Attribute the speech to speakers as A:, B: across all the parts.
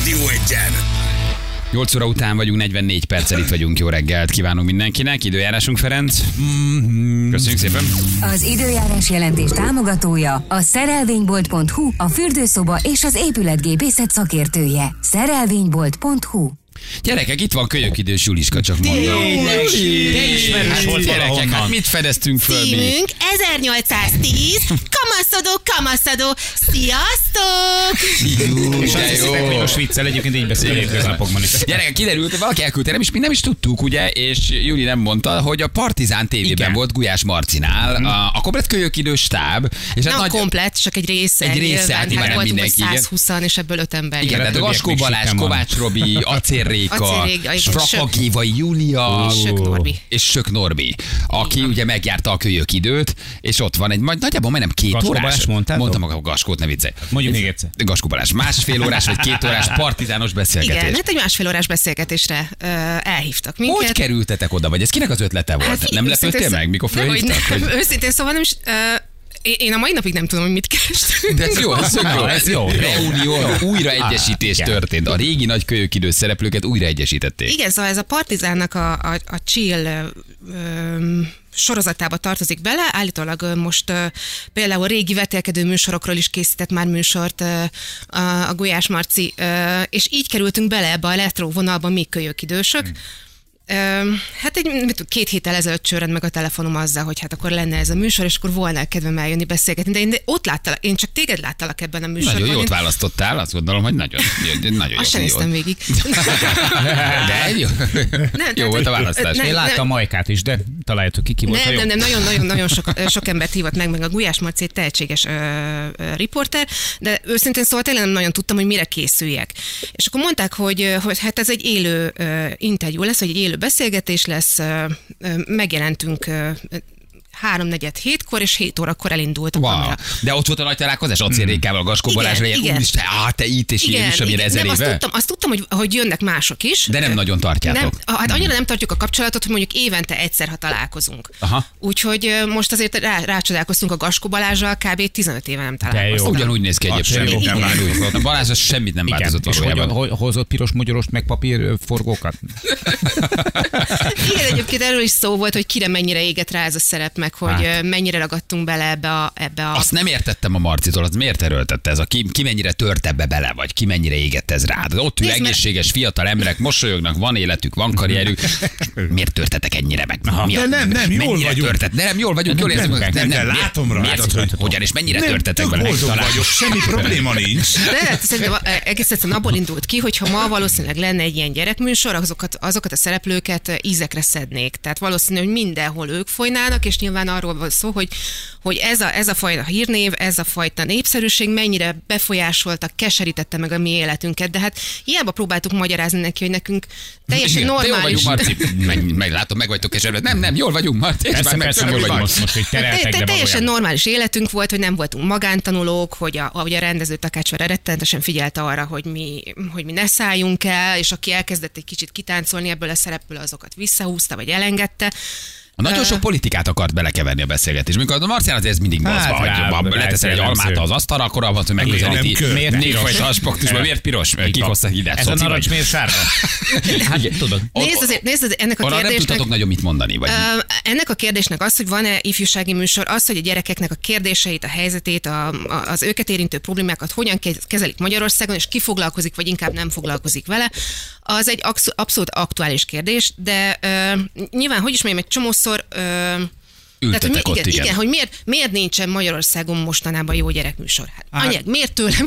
A: legyen!
B: 8 óra után vagyunk, 44 perccel itt vagyunk. Jó reggelt kívánunk mindenkinek. Időjárásunk, Ferenc.
C: Mm-hmm.
B: Köszönjük szépen.
D: Az időjárás jelentés támogatója a szerelvénybolt.hu, a fürdőszoba és az épületgépészet szakértője. Szerelvénybolt.hu
B: Gyerekek, itt van kölyök idős Juliska, csak mondom.
C: Tényleg, Juli!
B: Te ismerős
C: Hát
B: volt gyerekek,
C: valahonnan.
B: hát mit fedeztünk föl mi?
E: Címünk 1810, kamaszodó, kamaszodó, sziasztok!
C: És azt
B: de jó.
C: hiszitek, hogy most viccel egyébként így beszélünk hétköznapokban is.
B: Gyerekek, kiderült, hogy valaki elküldte, nem is, mi nem is tudtuk, ugye, és Júli nem mondta, hogy a Partizán tévében
C: Igen.
B: volt Gulyás Marcinál,
C: Mhm.
B: a, a komplet kölyök idős stáb, és hát
E: Nem a
B: nagy,
E: komplet, csak egy része.
B: Egy része, hát
E: nyilván.
B: nyilván
E: hát voltunk
B: mindenki,
E: hogy 120 és ebből 5 ember.
B: igen, hát
E: jött.
B: tehát
C: a hát többiek
B: Gaskó
C: még
B: Balázs,
C: síken van.
B: Kovács Robi, Acér Réka,
E: Acér Réka, igen, Sök.
B: Frapagéva Júlia,
E: Sök Norbi.
B: és Sök Norbi, aki ugye megjárta a kölyök időt, és ott van egy, majd nagyjából majdnem két
C: Gaskó
B: órás.
C: Balázs mondtátok? Hát
B: Mondtam a Gaskót, ne viccelj.
C: Mondjuk még egyszer.
B: Gaskó Balázs, másfél órás vagy két órás partizános beszélgetés.
E: Igen, hát egy másfél órás beszélgetésre ö, elhívtak minket.
B: Hogy kerültetek oda, vagy ez kinek az ötlete volt? Hát, nem
E: őszintén
B: lepődtél
E: szó-
B: meg, mikor
E: Dehogy
B: fölhívtak?
E: nem,
B: Hogy...
E: Őszintén szóval nem is... ö, én- én a mai napig nem tudom, hogy mit kerestünk.
B: De ez jó, ez tök jó,
C: Na,
B: ez
C: ez
B: jó.
C: jó, jó.
B: Reunió, újraegyesítés
C: igen.
B: történt. A régi nagy kölyök idő szereplőket újraegyesítették.
E: Igen, szóval ez a Partizánnak a, a, a chill ö, ö, sorozatába tartozik bele. Állítólag ö, most ö, például régi vetélkedő műsorokról is készített már műsort ö, a, a Gulyás Marci, ö, és így kerültünk bele ebbe a letró vonalba mi kölyök idősök.
B: Hmm.
E: Ö, Hát egy mit tudom, két héttel ezelőtt csörrend meg a telefonom azzal, hogy hát akkor lenne ez a műsor, és akkor volna kedvem eljönni beszélgetni. De én de ott láttalak, én csak téged láttalak ebben a műsorban.
B: Nagyon
E: Én-
B: jót választottál, azt gondolom, hogy nagyon, nagyon
E: Azt sem
B: jó.
E: néztem végig.
B: De jó,
E: tehát-
B: jó volt a választás.
E: Nem,
C: Én láttam Majkát is, de találtuk ki, ki volt. ha
E: Nem,
C: jó.
E: nem, nem, nagyon-nagyon-nagyon sok, ö, sok embert hívott meg, meg a Gulyás Marci egy tehetséges ö, ö, riporter, de őszintén szóval tényleg nem nagyon tudtam, hogy mire készüljek. És akkor mondták, hogy, ö, hogy hát ez egy élő ö, interjú lesz, vagy egy élő beszélgetés lesz, ö, ö, megjelentünk ö, ö, háromnegyed hétkor, és hét órakor elindult a
B: Wow.
E: kamera.
B: De ott volt a nagy találkozás,
C: Hmm.
B: Acérékával, Gaskó
E: Igen,
B: Balázsra, ilyen,
E: igen.
B: úristen, á, te itt és ilyen is, amire ezer
E: nem, azt
B: éve.
E: tudtam, azt tudtam hogy, hogy jönnek mások is.
B: De nem nagyon
E: Nem,
B: tartjátok.
E: hát annyira nem tartjuk a kapcsolatot, hogy mondjuk évente egyszer, ha találkozunk.
B: Aha.
E: Úgyhogy ö, most azért rá, rácsodálkoztunk a Gaskó Balázsral, kb. 15 éve nem
C: E, jó.
E: találkoztunk.
B: Ugyanúgy néz ki egyébként.
C: Acél Réka.
B: Ugyanúgy. A Balázs az semmit nem
C: Igen,
B: változott
C: és hogyan
B: valójában.
C: ho- hozott piros magyarost meg papír ö, forgókat?
E: Igen, egyébként erről is szó volt, hogy kire mennyire éget rá ez a szerep, meg hogy
C: Hát.
E: hát. mennyire ragadtunk bele ebbe a... Ebbe a...
B: Azt nem értettem a Marcitól, az miért erőltette ez a ki, ki mennyire tört ebbe bele, vagy ki mennyire égett ez rád. Ott ül
E: Nézd, mert-
B: egészséges fiatal emberek, mosolyognak, van életük, van karrierük. Miért törtetek ennyire meg? Mi
F: De nem, nem, jól
B: mennyire
F: vagyunk.
B: Törtet? De nem, jól vagyunk, jól
F: nem,
B: érzem.
F: nem, de látom
B: miért,
F: rajtad,
B: miért,
F: hogy-
B: Hogyan és mennyire törtetek
F: tök
B: bele?
F: boldog
B: Talán-
F: vagyok, semmi probléma nincs.
E: De hát szerintem ö, egész egyszerűen abból indult ki, hogy ha ma valószínűleg lenne egy ilyen gyerekműsor, azokat, azokat a szereplőket ö, ízekre szednék. Tehát valószínű, hogy mindenhol ők folynának, és nyilván arról van szó, hogy, hogy ez, a, ez a fajta hírnév, ez a fajta népszerűség mennyire befolyásolta, keserítette meg a mi életünket. De hát hiába próbáltuk magyarázni neki, hogy nekünk teljesen
B: Igen, de jól vagyunk,
E: normális.
B: Marci. Meg, meg, látom, meg vagytok keserve. Nem, nem, jól vagyunk, Marci. És
C: Persze,
B: már meg
C: persze,
B: jól
C: hogy
B: vagyunk.
C: most, most, hogy
E: Hát Te,
C: tereltek,
E: te,
C: de
E: teljesen
C: valójában.
E: normális életünk volt, hogy nem voltunk magántanulók, hogy a, ahogy a rendező takácsora rettenetesen figyelte arra, hogy mi, hogy mi ne szálljunk el, és aki elkezdett egy kicsit kitáncolni ebből a szerepből, azokat visszahúzta, vagy elengedte.
B: A nagyon sok politikát akart belekeverni a beszélgetésbe. Mikor a Marcián azért ez mindig
C: Hát
B: mozva,
C: rá-
B: hogy jobban
C: rá-
B: leteszel egy
C: jellemző.
B: almát az asztalra, akkor abban, hogy
F: nem
B: megközelíti.
F: kör.
B: Miért
C: Miért piros?
B: négyfajta aspektusban, miért piros? Kik hoztak ide?
C: Ez a
B: Szoci
C: narancs
B: vagy?
C: miért sárga? Hát tudod.
E: Nézd azért, nézd azért ennek a
B: Arra nem
E: kérdésnek...
B: tudtatok nagyon mit mondani, vagy
E: Ö, ennek a kérdésnek az, hogy van-e ifjúsági műsor, az, hogy a gyerekeknek a kérdéseit, a helyzetét, a, a, az őket érintő problémákat hogyan kez- kezelik Magyarországon, és ki foglalkozik, vagy inkább nem foglalkozik vele, az egy absz- abszolút aktuális kérdés, de ö, nyilván, hogy is mondjam, egy csomószor... Ö, tehát, hogy
B: ültetek ott,
E: igen,
B: igen.
E: igen, hogy miért, miért nincsen Magyarországon mostanában jó gyerekműsor? Hát, anyag, miért tőlem?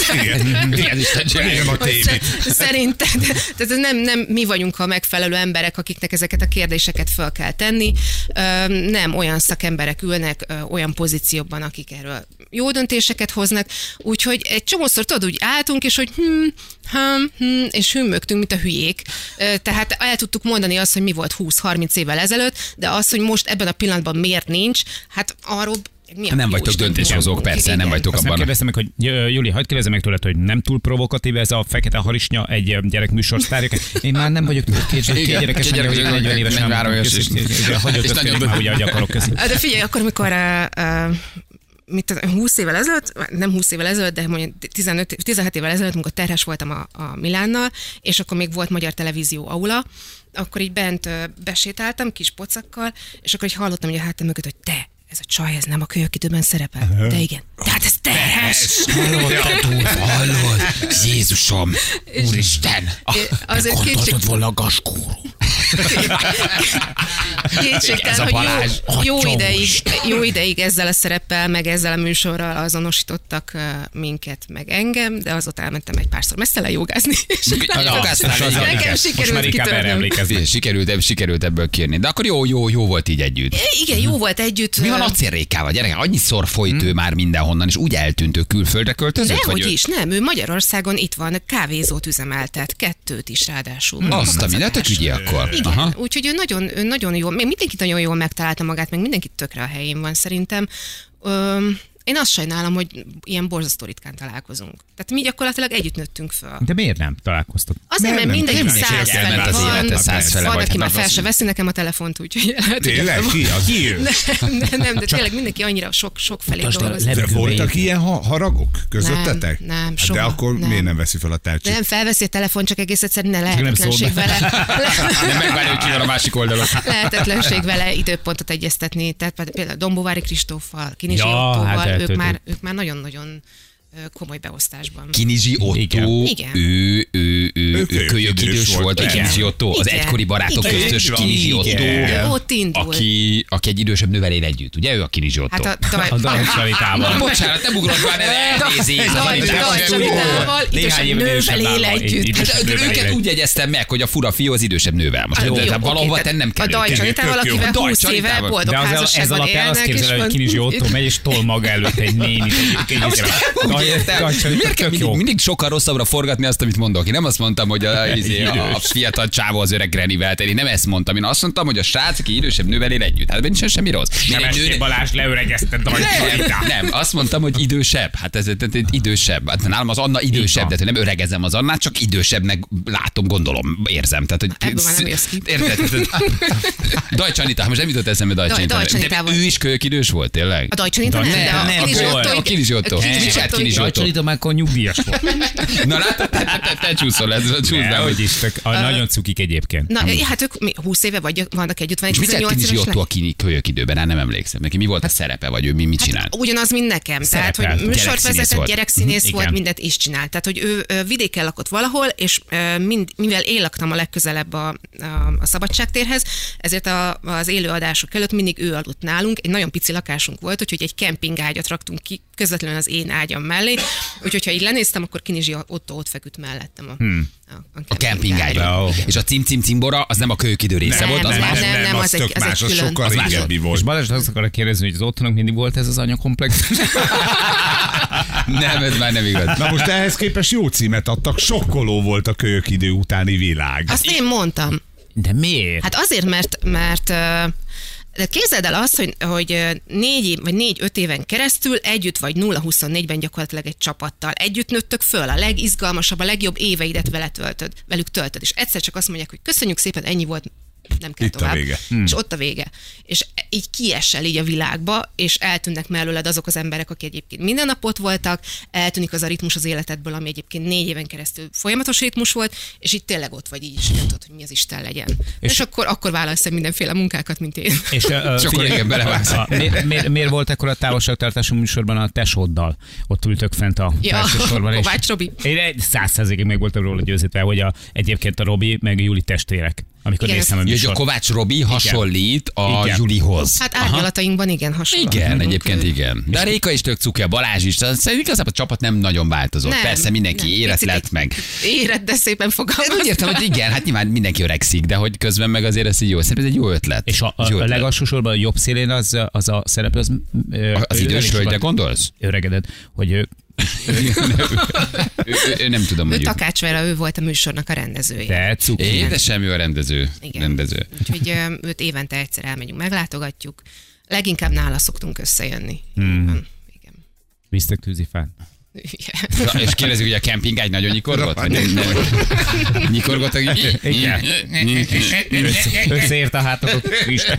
B: Igen, Isten
F: Milyen a tévé.
E: Szerintem, tehát ez nem, nem mi vagyunk a megfelelő emberek, akiknek ezeket a kérdéseket fel kell tenni. Öm, Nem olyan szakemberek ülnek ö, olyan pozícióban, akik erről jó döntéseket hoznak. Úgyhogy egy csomószor tudod, úgy álltunk, és hogy hm, hm, hm, és hümmögtünk, mint a hülyék. Ö, Tehát el tudtuk mondani azt, hogy mi volt 20-30 évvel ezelőtt, de az, hogy most ebben a pillanatban miért nincs, hát arról mi a
B: Nem
E: jó
B: vagytok
E: Isten
B: döntéshozók,
E: tudja.
B: persze, nem
E: Igen.
B: vagytok
C: Azt nem
B: abban.
C: kérdeztem meg, hogy J- Juli, hagyd kérdezem meg tőled, hogy nem túl provokatív ez a fekete harisnya egy ö, gyerekműsor sztárja. Én már nem vagyok két, két
B: Igen,
C: gyerekes,
B: két
C: nem
B: gyerekes vagyok,
C: vagyok 40 éves,
B: meg
C: nem
B: várom, és-
C: Köszi, igen, hagyjuk
B: és
C: öt
B: nagyon-
C: már, ugye, ahogy akarok. Köszi.
E: De figyelj, akkor, amikor uh, uh, mit tudom, 20 évvel ezelőtt, nem 20 évvel ezelőtt, de mondjuk 15, 16 évvel ezelőtt, amikor terhes voltam a, a Milánnal, és akkor még volt magyar televízió aula, akkor így bent ö, besétáltam kis pocakkal, és akkor így hallottam hogy a hátam mögött, hogy te, ez a csaj, ez nem a kölyök időben szerepel. De igen. Tehát ez terhes!
B: Hallod, Tatú, hallod? Jézusom, úristen,
E: É, Azért kétség,
B: volna a gaskóró. Ez a
E: kétségtelen, hogy
B: Balázs.
E: jó, jó,
B: Atya
E: ideig, jó ideig ezzel a szereppel, meg ezzel a műsorral azonosítottak ö, minket, meg engem, de azóta elmentem egy párszor messzele jogázni. és
B: Na,
E: akkor-
B: jogásznál az
E: nekem
B: érdekes.
C: Most már
E: sikerült
C: inkább erre
E: kitörnöm.
C: emlékeznek.
B: Sikerült, sikerült ebből kérni. De akkor jó, jó, jó volt így együtt.
E: Igen, jó volt együtt.
B: Mi van
E: ö,
B: acélrékával, gyerek? Annyiszor folyt ő már mindenhonnan, és úgy eltűnt ő külföldre költözött?
E: Dehogy
B: ő-
E: is, nem, ő Magyarországon itt van, kávézót üzemeltet, kettőt is ráadásul.
B: Azt a mindent, tök ügyi akkor.
E: Igen, Aha. úgyhogy ő nagyon, ő nagyon jól, még mindenki nagyon jól megtalálta magát, meg mindenki tökre a helyén van szerintem. Öm, én azt sajnálom, hogy ilyen borzasztó ritkán találkozunk. Tehát mi gyakorlatilag együtt nőttünk föl.
C: De miért nem találkoztak?
E: Azért, mert mindenki
B: mindenki
E: száz
B: elment
E: fele
B: az
E: van,
B: élete, száz fele
E: van,
B: vagy,
E: aki
B: hát
E: már
B: az
E: fel
B: az-
E: se veszi nekem a telefont, úgyhogy lehet, hogy-
F: Tényleg? Ki? A ki ő?
E: Nem, nem, de tényleg mindenki annyira sok, sok felé dolgozik.
F: De voltak ilyen ha- haragok közöttetek?
E: Nem, nem,
F: Hát
E: soha,
F: De akkor
E: nem.
F: miért nem veszi fel a tárcsit?
E: Nem felveszi a telefon, csak egész egyszerűen ne
C: nem szól
E: lehetetlenség
C: be.
E: vele.
B: Nem megvárja, hogy ki van a másik oldalon.
E: lehetetlenség vele időpontot egyeztetni, tehát például- például Dombovári Kristóffal, Kinizsi
C: Ja,
E: ja, Ottóval,
C: hát
E: hát ők,
C: eltöltött.
E: már, ők már nagyon-nagyon ö, komoly beosztásban.
B: Kinizsi Otto,
E: Igen.
B: ő, ő, ő,
F: Ők
B: ő kölyök idős volt, a
F: Igen.
B: Kinizsi Otto, az
E: Igen.
B: egykori barátok
E: Igen.
B: közös
F: Igen.
B: Kinizsi
E: Ő
B: Otto,
E: Ott indult.
B: aki, aki egy idősebb nőverér együtt, ugye ő a Kinizsi
E: Hát
B: Otto.
E: a Daj-
C: A Dajcs Salitával.
B: Bocsánat, nem ugrott már, el, elnézést,
E: Daj-
B: az
E: Daj-
B: Anitával.
E: Daj- Csabitával,
C: Néhány
E: idősebb
C: év idősebb
E: nővel él
C: nálam,
E: együtt.
C: így- így-
B: Hát, de
C: idősebb
B: őket
C: nővel.
B: úgy jegyeztem meg, hogy a fura fiú az idősebb nővel. Most,
E: Ah,
B: de, de,
E: jó, oké,
B: valahova
E: tehát
B: tennem kell.
E: A Daj
B: őket.
E: Csanitával,
F: Tök jó.
E: akivel
B: A Daj
E: 20 éve
B: Csanitával.
E: boldog
C: De az, ez
E: házasságban
C: alapján azt
E: élnek, és
C: képzeled, hogy
E: van-
C: Kinizsi Otto megy, és tol maga előtt egy nénit.
B: Úgy értem. Miért kell mindig, mindig sokkal rosszabbra forgatni azt, amit mondok? Én nem azt mondtam, hogy a, izé, a, a fiatal csávó az öreg Grenivel, tehát én nem ezt mondtam. Én azt mondtam, hogy a srác, aki idősebb nővel él együtt. Hát ebben nincsen semmi rossz. Miért egy
C: Semestén
B: nőnek-
C: Balázs leöregezte Dajcs
B: nem,
C: Salitát.
B: nem, azt mondtam, hogy idősebb. Hát ez, ez, ez idősebb. Hát nálam az Anna idősebb,
C: van.
B: de nem öregezem az Annát, csak idősebbnek látom, gondolom, érzem. Tehát, hogy
E: Ebből már nem jössz ki.
B: Érted? Tehát- Dajcs Anita, ha most nem jutott eszembe Dajcs
E: Daj-
B: Anita.
E: Dajcs
B: De
E: Anitával. Hát-
B: ő is kölyök idős volt, tényleg?
E: A Daj Csanita nem,
C: Daj-
E: de
C: nem,
E: a
C: nem,
E: Kinizsi
C: akkor-
E: Otto-
B: a Kinizsi Otto.
E: Kinizsi
B: Richard
E: Otto-
B: Kinizsi
C: Dajcs Anita már akkor nyugdíjas volt.
B: Na látod, te, te, te, te csúszol ez a
C: De,
B: csúszdám.
C: hogy is, tök, a, nagyon cukik egyébként.
E: Na, hát ők mi, 20 éve vagy, vannak együtt, van egy
B: És mit lett
E: 18
B: Kinizsi
E: éves
B: Otto a
E: lány.
B: kini kölyök időben? Hát nem emlékszem. Neki mi volt a szerepe, vagy ő mi mit csinált?
E: Ugyanaz, mint nekem. Tehát,
C: Szerepelt.
E: hogy
B: Gyerekszínész
E: műsorvezetett,
B: volt.
E: gyerekszínész
C: Mhm,
E: volt,
C: igen.
E: mindent is csinált. Tehát, hogy ő ö, vidéken lakott valahol, és ö, mind, mivel én laktam a legközelebb a, a, a szabadságtérhez, ezért a, az élőadások előtt mindig ő aludt nálunk. Egy nagyon pici lakásunk volt, úgyhogy egy kempingágyat raktunk ki közvetlenül az én ágyam mellé. Úgyhogy, ha így lenéztem, akkor Kinizsi Otto ott feküdt mellettem a, hmm. a, a,
B: A kempingágyban.
C: Wow.
B: És a cim-cim-cimbora az nem a kölyök idő része
E: Nem,
B: volt, Szóval az
E: nem,
B: más.
E: nem, nem,
F: az,
E: az egy-
F: tök
E: az egy
F: más, az
E: külön.
F: sokkal
B: Az más
F: régebbi
C: És
F: volt.
C: Balázs azt akarok kérdezni, hogy az otthonok mindig volt ez az anyakomplex?
B: Nem, ez már nem igaz.
F: Na most ehhez képest jó címet adtak, sokkoló volt a kölyök idő utáni világ.
E: Azt én mondtam.
C: De miért?
E: Hát azért, mert, mert ö, de képzeld el azt, hogy, hogy ö, négy év, vagy négy-öt éven keresztül együtt vagy 0-24-ben gyakorlatilag egy csapattal. Együtt nőttök föl, a legizgalmasabb, a legjobb éveidet vele töltöd, velük töltöd. És egyszer csak azt mondják, hogy köszönjük szépen, ennyi volt, nem kell
F: Itt a
E: tovább.
F: vége.
B: Hmm.
E: És ott a vége. És így kiesel így a világba, és eltűnnek mellőled azok az emberek, akik egyébként minden nap ott voltak, eltűnik az a ritmus az életedből, ami egyébként négy éven keresztül folyamatos ritmus volt, és itt tényleg ott vagy így, és nem tudod, hogy mi az Isten legyen. És, és akkor, akkor válasz el mindenféle munkákat, mint én.
C: És, ö, ö,
B: Csak
C: figyelj,
B: igen, belevágsz.
C: a- Miért, miért, miért volt ekkor a távolságtartású műsorban a tesóddal? Ott ültök fent a
E: Ja,
C: felső sorban. és-
E: Kovács Robi.
C: Én egy száz százalékig meg voltam róla győződve, hogy a, egyébként a Robi meg a Juli testvérek, amikor
E: Igen,
C: néztem a
E: ez-
B: Jöjjön,
C: műsort.
B: Kovács Robi hasonlít a
C: Igen.
B: Julihoz.
E: Hát árnyalatainkban igen hasonló.
B: Igen, egyébként igen. De a Réka is tök cuki, a Balázs is. Szerintem igazából a csapat nem nagyon változott.
E: Nem,
B: Persze
E: nem.
B: mindenki érett
E: Picit
B: lett meg.
E: Érett, de szépen
B: Én úgy
E: fogalmaz.
B: értem, hogy igen, hát nyilván mindenki öregszik, de hogy közben meg azért ez így jó. Szerintem ez egy jó ötlet.
C: És a, a,
B: Egy jó
C: a
B: ötlet.
C: legalsó sorban a jobb szélén az, az a szereplő, az, ö,
B: az
C: ő-
B: idős
C: ő-
B: hölgyre gondolsz?
C: Öregedett, hogy ő
B: ő, ő, ő, nem tudom,
E: Ő
B: hogy
E: Takács Vera, ő volt a műsornak a rendezője.
C: te cuki.
B: Édesem, ő a rendező.
E: Igen.
B: rendező.
E: Úgyhogy ö, őt évente egyszer elmegyünk, meglátogatjuk. Leginkább nála szoktunk összejönni. Hmm. Igen.
C: Visztek tűzifán.
E: Igen.
B: Ja, És kérdezik, hogy a kempingágy nagyon nyikorgott? Vagy nem, nem. Nyikorgott, hogy...
C: Igen. Össze- Összeért a hátatok. Isten.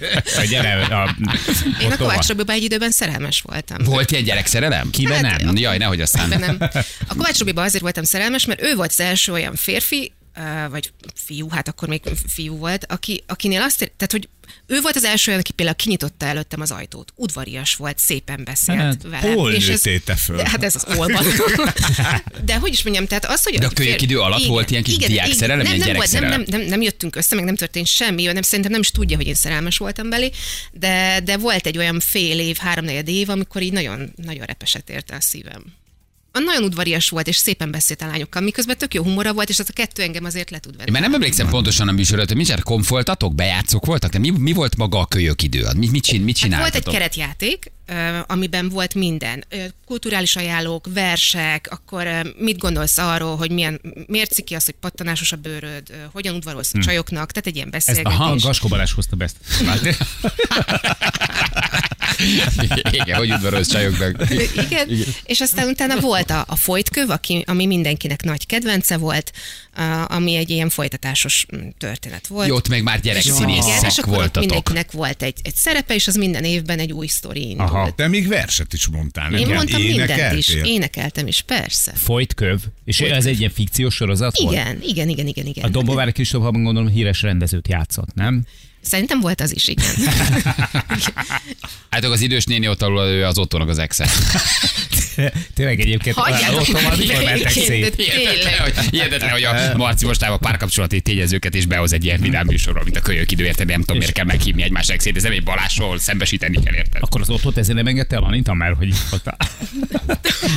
C: Gyere, a,
E: Én
C: ott
E: a
C: tovább.
E: Kovács Robiba egy időben szerelmes voltam.
B: Volt ilyen gyerekszerelem?
C: Kiben
E: Hát,
C: nem?
B: Jaj, nehogy aztán.
E: Ebben nem. A Kovács Robiba azért voltam szerelmes, mert ő volt az első olyan férfi, ö, vagy fiú, hát akkor még fiú volt, aki, akinél azt, ér- tehát hogy ő volt az első olyan, aki például kinyitotta előttem az ajtót. Udvarias volt, szépen beszélt
C: Hát,
E: velem.
F: hol
E: És ez-
F: nőttél te föl?
E: Hát ez az holban. De hogy is mondjam, tehát az, hogy...
B: De a kölyök idő alatt volt ilyen kis diákszerelem,
E: nem,
B: ilyen
E: nem, volt, nem,
B: gyerekszerelem?
E: nem, nem, nem, jöttünk össze, meg nem történt semmi, ő nem, szerintem nem is tudja, hogy én szerelmes voltam belé, de, de volt egy olyan fél év, háromnegyed év, amikor így nagyon, nagyon repeset érte a szívem. A nagyon udvarias volt, és szépen beszélt a lányokkal, miközben tök jó humora volt, és az a kettő engem azért le tud venni.
B: Én már nem emlékszem pontosan a műsorra, hogy mindjárt konfoltatok, bejátszók voltak, de mi, mi volt maga a kölyök idő? Mit, mit, csin, mit
E: Hát volt
B: csináltatok?
E: egy keretjáték, ö, amiben volt minden. Ö, Kulturális ajánlók, versek, akkor ö, mit gondolsz arról, hogy milyen, miért ciki az, hogy pattanásos a bőröd, ö, hogyan udvarolsz a csajoknak, tehát egy ilyen
C: Ezt a hang
E: beszélgetés.
C: Gaskó Balázs hozta be ezt.
B: Igen, hogy udvarolsz csajoknak.
E: Igen. Igen, és aztán utána volt a, a folytköv, aki, ami mindenkinek nagy kedvence volt, a, ami egy ilyen folytatásos mm, történet volt.
B: Jó, ott meg már
E: Igen, és
B: gyerekszínészek
E: akkor ott
B: voltatok.
E: mindenkinek volt egy, egy szerepe, és az minden évben egy új sztori indult.
C: Aha.
F: Te még verset is mondtál
E: Én
F: nekem.
E: mondtam mindent is,
F: Énekeltél?
E: énekeltem is, persze.
C: Folyt köv. És ez egy ilyen fikciós sorozat volt?
E: Igen, igen, igen, igen, igen.
C: A Dombovár Kristófban gondolom híres rendezőt játszott, nem?
E: Szerintem volt az is, igen.
B: Hát akkor az idős néni ott alul, ő az otthonok az exe.
C: Tényleg egyébként
E: Hagyjátok
C: otthon van,
E: már
C: mikor mentek
E: békén, de
C: szét.
E: tényleg.
B: Hihetetlen, hogy, hihetetlen, hogy a Marci mostában párkapcsolati tényezőket is behoz egy ilyen vidám műsorról, mint a kölyök idő, érted? Nem tudom, miért kell meghívni egymás exét, ez nem egy balásról szembesíteni kell, érted?
C: Akkor az otthont ezért nem engedte el, Anita, mert hogy ott a...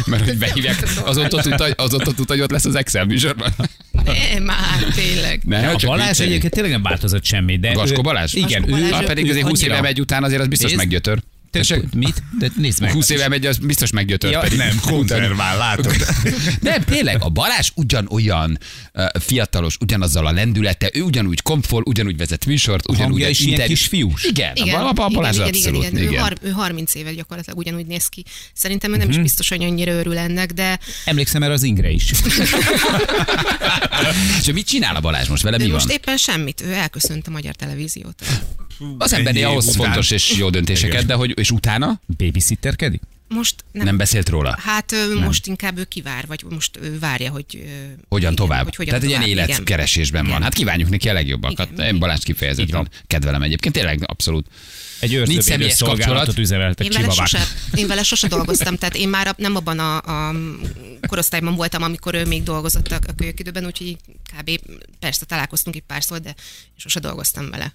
B: Mert hogy behívják, az ott tudta, hogy- az ott tudta, hogy ott lesz az Excel műsorban.
E: Nem, már tényleg.
B: Ne,
C: a Balázs
B: viccelünk.
C: egyébként tényleg nem változott semmit. De
B: Gaskó
C: ő-
B: Balázs?
C: Igen,
E: Gaskó
C: ő
E: Balázs.
B: Na, pedig azért 20 éve megy után, azért az biztos
C: Nézd.
B: meggyötör. Tessék?
C: Tessék, mit? De nézd meg.
B: 20 éve megy, az biztos meggyötör.
C: Ja,
B: pedig.
F: Nem, konzervál, látod.
B: Nem, tényleg, a Balázs ugyanolyan uh, fiatalos, ugyanazzal a lendülete, ő ugyanúgy komfol, ugyanúgy vezet műsort, ugyanúgy
C: hangja is ilyen
B: interjú-
C: kisfiús.
B: Igen, igen, a, a Balázs igen, abszolút, igen.
E: Ő, har- ő 30 éve gyakorlatilag ugyanúgy néz ki. Szerintem ő nem is
B: Mhm.
E: biztos, hogy annyira örül ennek, de
C: Emlékszem erre az Ingre is.
B: És ő mit csinál a Balázs most? Vele
E: de
B: mi
E: most
B: van?
E: éppen semmit. Ő elköszönt a magyar televíziót.
B: Az
F: Ennyi
B: embernél
F: év
B: ahhoz
F: után.
B: fontos és jó döntéseket,
F: Igen.
B: de hogy és utána
C: Babysitterkedik?
E: Most nem.
B: nem,
E: nem.
B: beszélt róla.
E: Hát ő most inkább ő kivár, vagy most ő várja, hogy ö,
B: Hogyan
E: igen,
B: tovább?
E: Hogy hogyan
B: Tehát egy ilyen
E: tovább, igen.
B: életkeresésben van. Hát kívánjuk neki a legjobbakat.
E: Igen.
B: Én Balázs
C: Így
B: kifejezetten
C: van.
B: kedvelem egyébként. Tényleg abszolút.
C: Egy
B: Nincs
C: őrzővédő
B: személyes
C: szolgálatot
B: kapcsolat.
C: üzemeltek
E: Én vele,
C: Csivavák.
E: sose, én vele sose dolgoztam, tehát én már a- nem abban a, a korosztályban voltam, amikor ő még dolgozott a a kölyök időben, úgyhogy így kb. persze találkoztunk egy pár szót, de sose dolgoztam vele.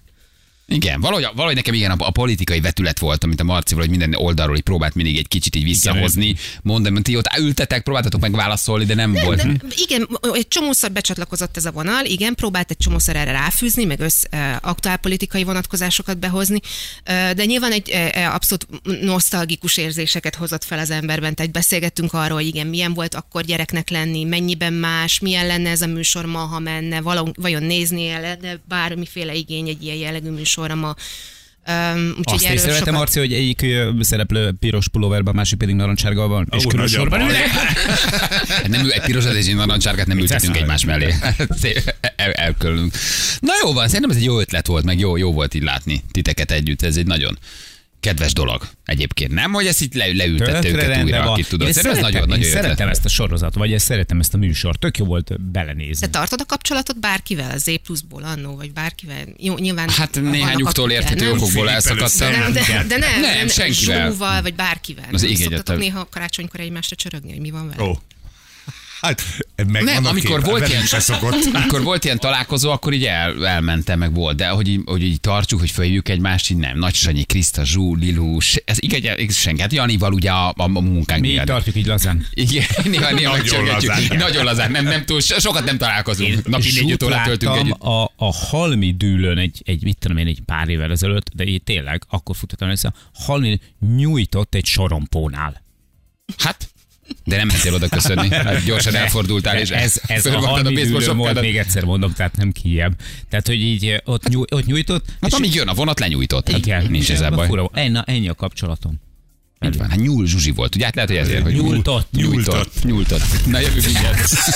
B: Igen, valahogy, valahogy nekem igen, a, a politikai vetület volt, amit a Marcival, hogy minden oldalról így próbált mindig egy kicsit így visszahozni, mondani, hogy ti ott ültetek, próbáltatok meg válaszolni, de nem, volt.
E: De igen, egy csomószor becsatlakozott ez a vonal, igen, próbált egy csomószor erre ráfűzni, meg össz eh, aktuálpolitikai vonatkozásokat behozni, eh, de nyilván egy eh, eh, abszolút nosztalgikus érzéseket hozott fel az emberben, tehát beszélgettünk arról, hogy igen, milyen volt akkor gyereknek lenni, mennyiben más, milyen lenne ez a műsor ma, ha menne, valahol, vajon nézni lenne bármiféle igény egy ilyen jellegű műsorra ma. Um,
C: Azt észrevettem, Marci, hogy egyik ö, szereplő piros pulóverben, a másik pedig narancsárgal van. És
F: Ó,
C: külön
F: nagyon
C: sorban
F: baj.
C: ülnek.
B: Hát Nem ül egy pirosat és egy narancsárgát nem ültetünk
C: teszem?
B: egymás mellé. Hát, El, elkülönünk. Na jó van, szerintem ez egy jó ötlet volt, meg jó, jó volt így látni titeket együtt. Ez egy nagyon kedves dolog egyébként. Nem, hogy ezt itt le, leültette
C: Tökre
B: őket
C: rendben
B: újra,
C: van.
B: aki tudod.
C: Én
B: Szerintem ez nagyon,
C: én
B: nagyon jó ötlet.
C: szeretem ezt a sorozatot, vagy ezt szeretem ezt a műsort. Tök jó volt belenézni.
E: Te tartod a kapcsolatot bárkivel, az Z pluszból annó, vagy bárkivel? Jó, nyilván
B: Hát
E: vannak,
B: néhányuktól
E: akikkel,
B: értető
E: nem?
B: okokból
F: Filip
B: elszakadtam.
E: De, de, de nem,
B: Nem,
E: nem,
B: senkivel.
E: Zsóval, vagy bárkivel.
B: Az
E: nem?
B: ég
E: Szoktatok
B: egyetem.
E: néha karácsonykor egymásra csörögni, hogy mi van vele.
F: Ó. Hát, meg
B: Nem,
F: van a
B: amikor
F: kép,
B: volt
F: velem
B: ilyen,
F: se szokott.
B: amikor volt ilyen találkozó, akkor így el, elmentem, meg volt, de hogy így, hogy így tartsuk, hogy följük egymást, így nem. Nagy Sanyi, Kriszta, Zsú, Lilu, se- ez igen, senki. Hát Janival ugye a, a, a munkánk
C: Mi így
B: miatt.
C: tartjuk így lazán.
B: Igen, néha, néha
F: Nagyon
B: csörgetjük.
F: lazán, igen.
B: Nagyon lazán, nem, nem túl, so- sokat nem találkozunk. Napi négy
C: Zsút
B: órát töltünk
C: láttam
B: együtt.
C: a, a halmi dűlön egy, egy, mit tudom én, egy pár évvel ezelőtt, de így tényleg, akkor futottam össze, halmi nyújtott egy sorompónál.
B: Hát, de nem mentél oda köszönni. Hát gyorsan elfordultál, és
C: ez, ez a
B: fölraktad
C: halmi
B: baseball
C: dűlőm volt,
B: sapkádat.
C: még egyszer mondom, tehát nem kijebb. Tehát, hogy így eh, ott, nyúj, ott nyújtott,
B: Hát amíg jön a vonat, lenyújtott. Hát,
C: igen,
B: nincs
C: és
B: ezzel
C: abban
B: baj.
C: Fura, volt. ennyi, ennyi a kapcsolatom.
B: Így van, hát nyúl Zsuzsi volt, ugye? Hát lehet, hogy ezért, hogy
C: Nyúltott.
B: Nyúltott. Nyúltott. Na jövő mindjárt.